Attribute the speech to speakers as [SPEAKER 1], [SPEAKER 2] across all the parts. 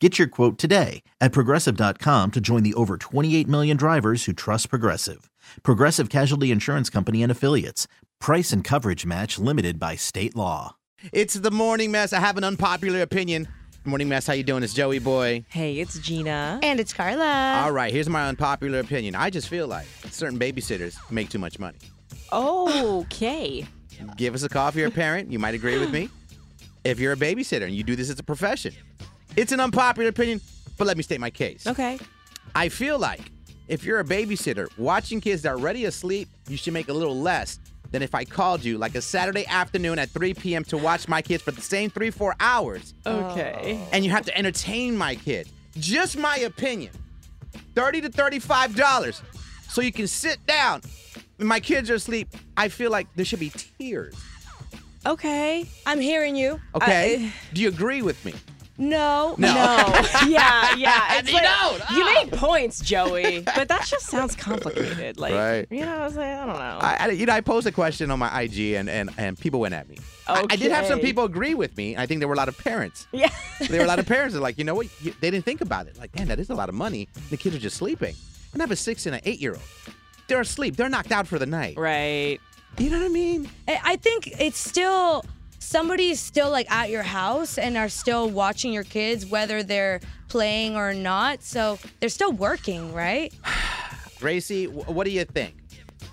[SPEAKER 1] Get your quote today at progressive.com to join the over 28 million drivers who trust Progressive. Progressive Casualty Insurance Company and Affiliates. Price and coverage match limited by state law.
[SPEAKER 2] It's the morning mess. I have an unpopular opinion. Morning mess, how you doing? It's Joey Boy.
[SPEAKER 3] Hey, it's Gina.
[SPEAKER 4] And it's Carla.
[SPEAKER 2] All right, here's my unpopular opinion. I just feel like certain babysitters make too much money.
[SPEAKER 3] Okay.
[SPEAKER 2] Give us a call if you're a parent. You might agree with me. If you're a babysitter and you do this as a profession, it's an unpopular opinion, but let me state my case.
[SPEAKER 3] Okay.
[SPEAKER 2] I feel like if you're a babysitter watching kids that are already asleep, you should make a little less than if I called you like a Saturday afternoon at 3 p.m. to watch my kids for the same three, four hours.
[SPEAKER 3] Okay.
[SPEAKER 2] and you have to entertain my kid. Just my opinion. Thirty to thirty-five dollars, so you can sit down. When my kids are asleep, I feel like there should be tears.
[SPEAKER 3] Oh. Okay. I'm hearing you.
[SPEAKER 2] Okay,
[SPEAKER 3] I-
[SPEAKER 2] do you agree with me?
[SPEAKER 3] no.
[SPEAKER 2] No.
[SPEAKER 3] No. yeah. Yeah. It's
[SPEAKER 2] You
[SPEAKER 3] like-
[SPEAKER 2] don't.
[SPEAKER 3] You
[SPEAKER 2] Ah.
[SPEAKER 3] make points, Joey, but that just sounds complicated. Like,
[SPEAKER 2] Right.
[SPEAKER 3] you know, I was like, I don't know.
[SPEAKER 2] I, I- you know, I posed a question on my IG, and and, and people went at me. I, I did have some
[SPEAKER 3] Okay.
[SPEAKER 2] people agree with me. I think there were a lot of parents.
[SPEAKER 3] yeah.
[SPEAKER 2] There were a lot of parents that are like, you know what? You- They didn't think about it. Like, damn, that is a lot of money. The kids are just sleeping. And I have a six and an eight-year-old. They're asleep. They're knocked out for the night.
[SPEAKER 3] Right.
[SPEAKER 2] You know what I mean?
[SPEAKER 4] I I think it's still somebody's still like at your house and are still watching your kids, whether they're playing or not. So they're still working, right?
[SPEAKER 2] Gracie, wh- what do you think?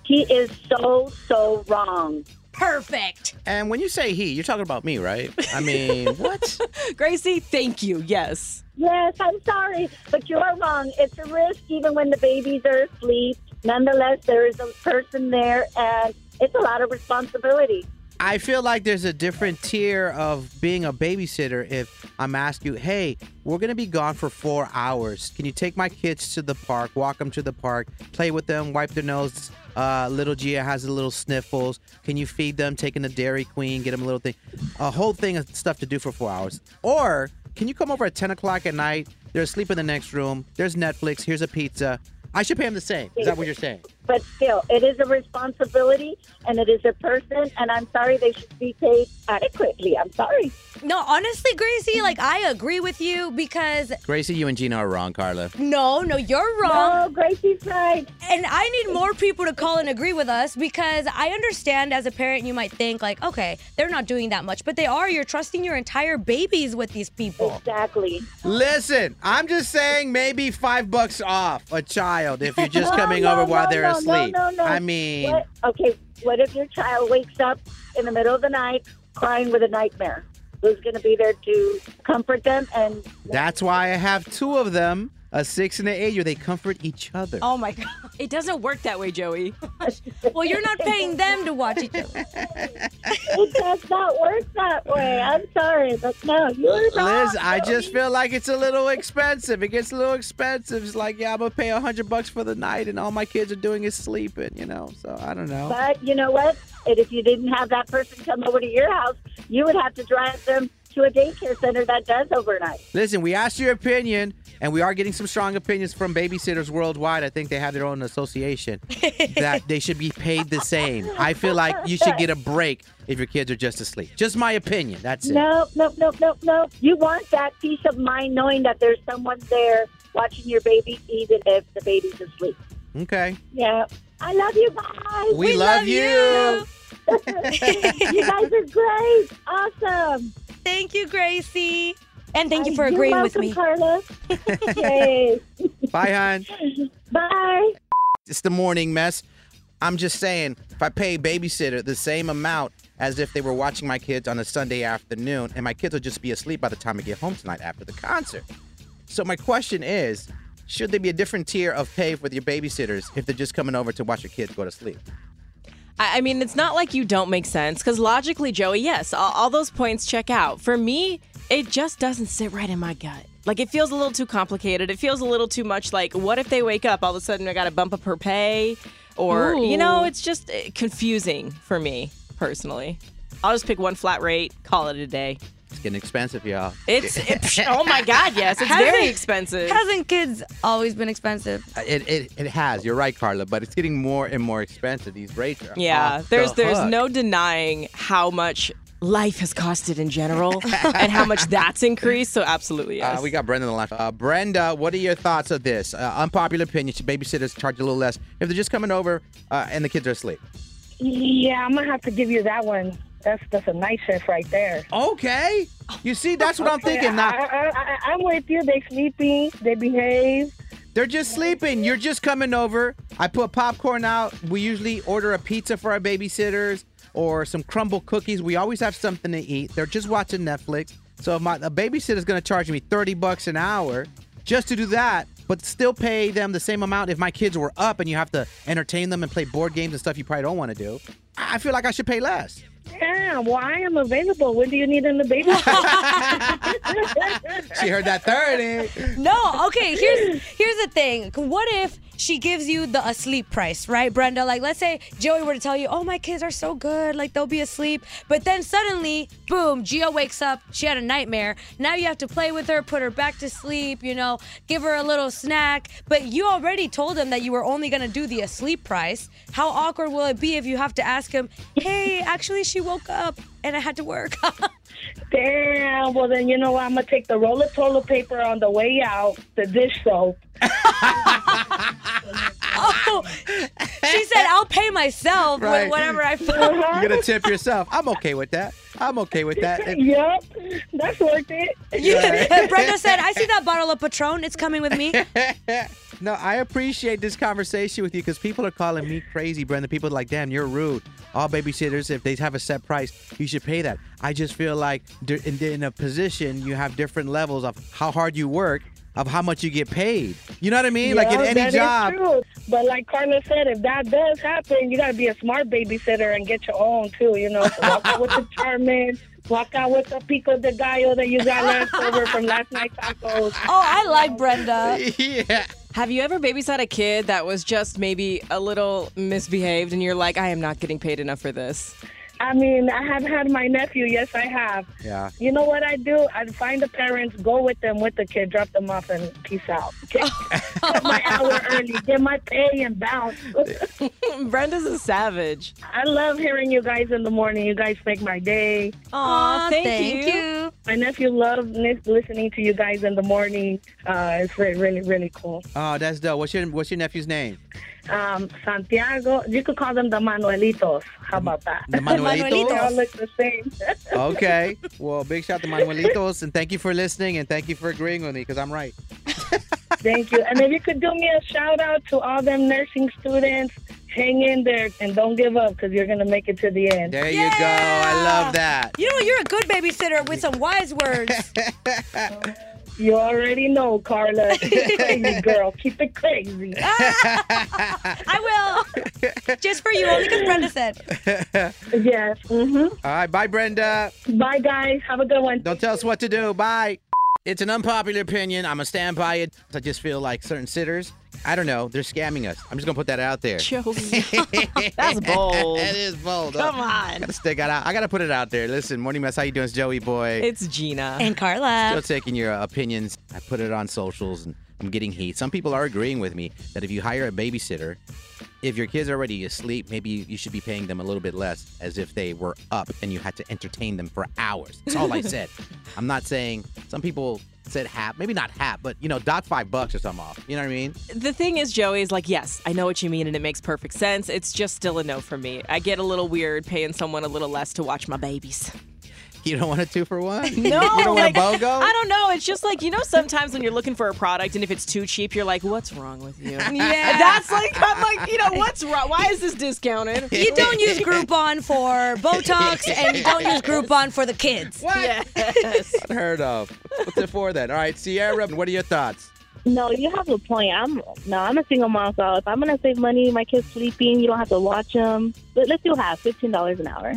[SPEAKER 5] He is so, so wrong.
[SPEAKER 4] Perfect.
[SPEAKER 2] And when you say he, you're talking about me, right? I mean, what?
[SPEAKER 3] Gracie, thank you. Yes.
[SPEAKER 5] Yes, I'm sorry, but you are wrong. It's a risk even when the babies are asleep. Nonetheless, there is a person there, and it's a lot of responsibility.
[SPEAKER 2] I feel like there's a different tier of being a babysitter if I'm asked you, hey, we're going to be gone for four hours. Can you take my kids to the park, walk them to the park, play with them, wipe their nose? Uh, little Gia has a little sniffles. Can you feed them, taking a Dairy Queen, get them a little thing? A whole thing of stuff to do for four hours. Or can you come over at 10 o'clock at night? They're asleep in the next room. There's Netflix. Here's a pizza. I should pay them the same. Is that what you're saying?
[SPEAKER 5] But still, it is a responsibility, and it is a person, and I'm sorry they should be paid adequately. I'm sorry.
[SPEAKER 4] No, honestly, Gracie, like I agree with you because
[SPEAKER 2] Gracie, you and Gina are wrong, Carla.
[SPEAKER 4] no, no, you're wrong.
[SPEAKER 5] Oh, Gracie's right.
[SPEAKER 4] And I need more people to call and agree with us because I understand as a parent, you might think, like, okay, they're not doing that much, but they are. You're trusting your entire babies with these people.
[SPEAKER 5] Exactly.
[SPEAKER 2] Listen, I'm just saying maybe five bucks off a child if you're just
[SPEAKER 5] No,
[SPEAKER 2] coming
[SPEAKER 5] no,
[SPEAKER 2] over while
[SPEAKER 5] no,
[SPEAKER 2] they're
[SPEAKER 5] no, no,
[SPEAKER 2] asleep.
[SPEAKER 5] no, no.
[SPEAKER 2] I mean,
[SPEAKER 5] What? Okay, what if your child wakes up in the middle of the night crying with a nightmare? Who's going to be there to comfort them and
[SPEAKER 2] that's why I have two of them, a six and an eight year. They comfort each other.
[SPEAKER 3] Oh my God. It doesn't work that way, Joey.
[SPEAKER 4] Well, you're not paying them to watch each other.
[SPEAKER 5] it does not work that way. I'm sorry, but no, you're wrong.
[SPEAKER 2] Liz, I just feel like it's a little expensive. It gets a little expensive. It's like, yeah, I'm gonna pay a hundred bucks for the night, and all my kids are doing is sleeping. You know, so I don't know.
[SPEAKER 5] But you know what? And if you didn't have that person come over to your house, you would have to drive them to a daycare center that does overnight.
[SPEAKER 2] Listen, we asked your opinion, and we are getting some strong opinions from babysitters worldwide. I think they have their own association that they should be paid the same. I feel like you should get a break if your kids are just asleep. Just my opinion. That's it.
[SPEAKER 5] Nope, nope, nope, nope, nope. You want that peace of mind knowing that there's someone there watching your baby, even if the baby's asleep.
[SPEAKER 2] Okay.
[SPEAKER 5] Yeah. I love you guys.
[SPEAKER 2] We, love, you.
[SPEAKER 5] you guys are great. Awesome.
[SPEAKER 4] Thank you, Gracie. And thank you
[SPEAKER 5] Uh,
[SPEAKER 4] for
[SPEAKER 5] you're
[SPEAKER 4] agreeing with
[SPEAKER 5] welcome,
[SPEAKER 4] me.
[SPEAKER 5] Carla. Yay.
[SPEAKER 2] Bye, hon.
[SPEAKER 5] Bye.
[SPEAKER 2] It's the morning mess. I'm just saying, if I pay babysitter the same amount as if they were watching my kids on a Sunday afternoon, and my kids will just be asleep by the time I get home tonight after the concert. So my question is, should there be a different tier of pay with your babysitters if they're just coming over to watch your kids go to sleep?
[SPEAKER 3] I, I mean, it's not like you don't make sense because logically, Joey, yes, all, all those points check out. For me, it just doesn't sit right in my gut. Like it feels a little too complicated. It feels a little too much. Like, what if they wake up all of a sudden? I got to bump up her pay, or you know,
[SPEAKER 4] Ooh.
[SPEAKER 3] it's just eh, confusing for me personally. I'll just pick one flat rate, call it a day.
[SPEAKER 2] It's getting expensive, y'all.
[SPEAKER 3] It's it, oh my god, yes, it's very
[SPEAKER 4] Hasn't-
[SPEAKER 3] expensive.
[SPEAKER 4] Hasn't kids always been expensive?
[SPEAKER 2] It, it it has. You're right, Carla, but it's getting more and more expensive. These rates are
[SPEAKER 3] Yeah,
[SPEAKER 2] off
[SPEAKER 3] there's
[SPEAKER 2] the
[SPEAKER 3] there's
[SPEAKER 2] hook.
[SPEAKER 3] no denying how much life has costed in general and how much that's increased. So absolutely, yes.
[SPEAKER 2] Uh, we got Brenda on the line. Uh, Brenda, what are your thoughts of this? Uh, unpopular opinion: Should babysitters charge a little less if they're just coming over uh, and the kids are asleep?
[SPEAKER 5] Yeah, I'm gonna have to give you that one. That's that's a niceness right there.
[SPEAKER 2] Okay. You see, that's what I'm thinking.
[SPEAKER 5] I,
[SPEAKER 2] Now
[SPEAKER 5] I, I, I'm with you. They sleeping. They behave.
[SPEAKER 2] they're just sleeping. You're just coming over. I put popcorn out. We usually order a pizza for our babysitters or some crumble cookies. We always have something to eat. They're just watching Netflix. So if my a babysitter's gonna charge me thirty bucks an hour just to do that, but still pay them the same amount if my kids were up and you have to entertain them and play board games and stuff you probably don't want to do. I I feel like I should pay less.
[SPEAKER 5] Yeah, well, I am available. When do you need in the baby?
[SPEAKER 2] She heard that thirty.
[SPEAKER 4] No, okay, here's here's the thing. What if she gives you the asleep price, right, Brenda? Like let's say Joey were to tell you, Oh, my kids are so good, like they'll be asleep. But then suddenly, boom, Gio wakes up, she had a nightmare. Now you have to play with her, put her back to sleep, you know, give her a little snack. But you already told him that you were only gonna do the asleep price. How awkward will it be if you have to ask him, Hey, actually she woke up and I had to work?
[SPEAKER 5] Damn. Well, then you know what? I'm gonna take the roll of toilet paper on the way out. The dish soap.
[SPEAKER 4] oh she said, I'll pay myself wh-
[SPEAKER 2] Right.
[SPEAKER 4] whatever I find.
[SPEAKER 2] You're gonna tip yourself. I'm okay with that. I'm okay with that.
[SPEAKER 5] Yep, that's worth it.
[SPEAKER 4] Yeah. Brenda said, I see that bottle of Patron. It's coming with me. Oh,
[SPEAKER 2] No, I appreciate this conversation with you because people are calling me crazy, Brenda. People are like, damn, you're rude. All babysitters, if they have a set price, you should pay that. I just feel like d- in, in a position, you have different levels of how hard you work, of how much you get paid. You know what I mean? like in
[SPEAKER 5] Yeah,
[SPEAKER 2] any
[SPEAKER 5] that is
[SPEAKER 2] job.
[SPEAKER 5] true. But like Carla said, if that does happen, you got to be a smart babysitter and get your own too. You know, So walk out with the Charmin, walk out with the pico de gallo that you got left over from last night's tacos.
[SPEAKER 4] Oh, I like Brenda.
[SPEAKER 2] yeah.
[SPEAKER 3] Have you ever babysat a kid that was just maybe a little misbehaved and you're like, I am not getting paid enough for this?
[SPEAKER 5] I mean, I have had my nephew. Yes, I have.
[SPEAKER 2] Yeah.
[SPEAKER 5] You know what I do? I find the parents, go with them with the kid, drop them off, and peace out. Get, get my hour early, get my pay, and bounce.
[SPEAKER 3] Brenda's a savage.
[SPEAKER 5] I love hearing you guys in the morning. You guys make my day.
[SPEAKER 3] Aw,
[SPEAKER 4] Aw,
[SPEAKER 3] thank, you.
[SPEAKER 5] My nephew loves lis- listening to you guys in the morning. Uh, it's re- really, really cool.
[SPEAKER 2] Oh, that's dope. What's your What's your nephew's name?
[SPEAKER 5] Um, Santiago, you could call them the Manuelitos. How about that?
[SPEAKER 2] The Manuelito.
[SPEAKER 5] they all look the same.
[SPEAKER 2] okay. Well, big shout out to Manuelitos and thank you for listening and thank you for agreeing with me because I'm right.
[SPEAKER 5] Thank you. And if you could do me a shout out to all them nursing students, hang in there and don't give up because you're going to make it to the end.
[SPEAKER 2] There you go. I love that.
[SPEAKER 4] You know, you're a good babysitter with some wise words.
[SPEAKER 5] You already know, Carla. Keep it crazy, girl. Keep it crazy.
[SPEAKER 4] I will. Just for you, only because Brenda said.
[SPEAKER 5] yes. hmm
[SPEAKER 2] All right. Bye, Brenda.
[SPEAKER 5] Bye, guys. Have a good one.
[SPEAKER 2] Don't tell us what to do. Bye. It's an unpopular opinion. I'm going to stand by it. I just feel like certain sitters, I don't know, they're scamming us. I'm just going to put that out there.
[SPEAKER 3] Joey. That's bold.
[SPEAKER 2] That is bold.
[SPEAKER 3] Come
[SPEAKER 2] I
[SPEAKER 3] on.
[SPEAKER 2] got to stick that out. I got to put it out there. Listen, Morning Mess, how you doing? It's Joey Boy.
[SPEAKER 3] It's Gina.
[SPEAKER 4] And Carla.
[SPEAKER 2] Still taking your uh, opinions. I put it on socials and I'm getting heat. Some people are agreeing with me that if you hire a babysitter, if your kids are already asleep, maybe you you should be paying them a little bit less as if they were up and you had to entertain them for hours. That's all I said. I'm not saying some people said half, maybe not half, but you know, dock five bucks or something off. You know what I mean?
[SPEAKER 3] The thing is, Joey is like, yes, I know what you mean and it makes perfect sense. It's just still a no for me. I get a little weird paying someone a little less to watch my babies.
[SPEAKER 2] You don't want a two for one?
[SPEAKER 3] No,
[SPEAKER 2] You don't
[SPEAKER 3] like,
[SPEAKER 2] want a BOGO?
[SPEAKER 3] I don't know. It's just like you know, sometimes when you're looking for a product and if it's too cheap, you're like, "What's wrong with you?"
[SPEAKER 4] Yeah.
[SPEAKER 3] that's like I'm like, you know, what's wrong? Why is this discounted?
[SPEAKER 4] You don't use Groupon for Botox, and you don't use Groupon for the kids.
[SPEAKER 2] What?
[SPEAKER 3] Yes.
[SPEAKER 2] Unheard of. What's it for then? All right, Sierra, what are your thoughts?
[SPEAKER 5] No, you have a point. I'm no, I'm a single mom, so if I'm gonna save money, my kids sleeping, you don't have to watch them. Let, let's do half, fifteen dollars an hour.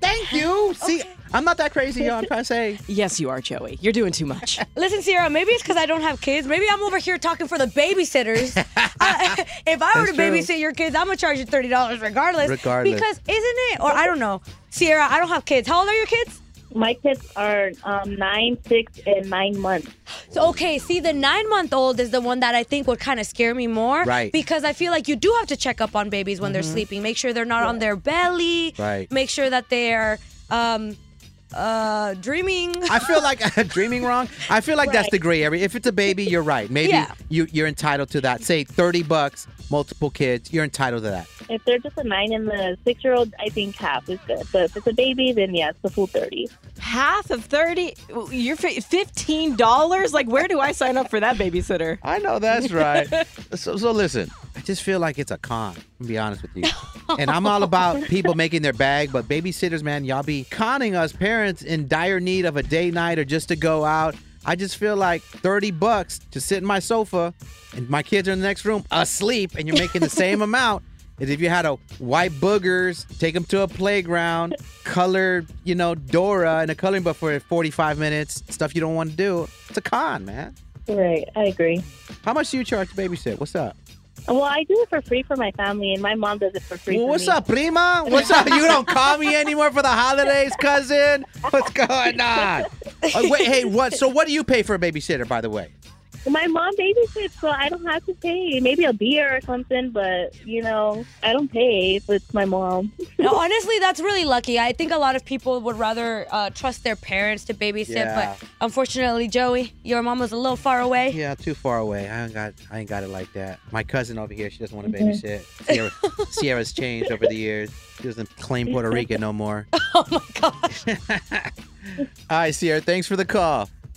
[SPEAKER 2] Thank you. See, I'm not that crazy, yo. I'm trying to say.
[SPEAKER 3] yes, you are, Joey. You're doing too much.
[SPEAKER 4] Listen, Sierra, maybe it's because I don't have kids. Maybe I'm over here talking for the babysitters. I, if I were
[SPEAKER 2] That's
[SPEAKER 4] to
[SPEAKER 2] true.
[SPEAKER 4] babysit your kids, I'm going to charge you $30 regardless.
[SPEAKER 2] Regardless.
[SPEAKER 4] Because isn't it? Or I don't know. Sierra, I don't have kids. How old are your kids?
[SPEAKER 5] My kids are um, nine, six, and nine months.
[SPEAKER 4] So, okay, see, the nine month old is the one that I think would kind of scare me more.
[SPEAKER 2] Right. Mm-hmm.
[SPEAKER 4] Because I feel like you do have to check up on babies when they're sleeping. Make sure they're not on their belly.
[SPEAKER 2] Right.
[SPEAKER 4] Make sure that they're um, uh, dreaming.
[SPEAKER 2] I feel like dreaming wrong. I feel like that's the gray area. If it's a baby, you're right. Maybe
[SPEAKER 4] Yeah.
[SPEAKER 2] you you're entitled to that. Say 30 bucks, multiple kids, you're entitled to that.
[SPEAKER 5] If they're just a nine and the six year old, I think half is good. But if it's a baby, then yes, the full thirty.
[SPEAKER 3] Half of thirty. You're fi- fifteen dollars. Like, where do I sign up for that babysitter?
[SPEAKER 2] I know that's right. so, so listen, I just feel like it's a con. To be honest with you, and I'm all about people making their bag, but babysitters, man, y'all be conning us parents in dire need of a day night or just to go out. I just feel like thirty bucks to sit in my sofa, and my kids are in the next room asleep, and you're making the same amount. As if you had a white boogers, take them to a playground, color, you know, Dora in a coloring book for 45 minutes, stuff you don't want to do. It's a con, man.
[SPEAKER 5] Right, I agree.
[SPEAKER 2] How much do you charge to babysit? What's up?
[SPEAKER 5] Well, I do it for free for my family, and my mom does it for free.
[SPEAKER 2] Well,
[SPEAKER 5] for
[SPEAKER 2] what's
[SPEAKER 5] me.
[SPEAKER 2] up, prima? What's up? You don't call me anymore for the holidays, cousin. What's going on? Uh, wait, hey, what? So, what do you pay for a babysitter, by the way?
[SPEAKER 5] My mom babysits, so I don't have to pay. Maybe a beer or something, but you know, I don't pay if it's my mom.
[SPEAKER 4] No, honestly, that's really lucky. I think a lot of people would rather uh, trust their parents to babysit,
[SPEAKER 2] Yeah.
[SPEAKER 4] but unfortunately, Joey, your mom was a little far away.
[SPEAKER 2] Yeah, too far away. I ain't got, I ain't got it like that. My cousin over here, she doesn't want to babysit. Sierra, Sierra's changed over the years. She doesn't claim Puerto Rican no more.
[SPEAKER 4] Oh my gosh.
[SPEAKER 2] All right, Sierra, thanks for the call.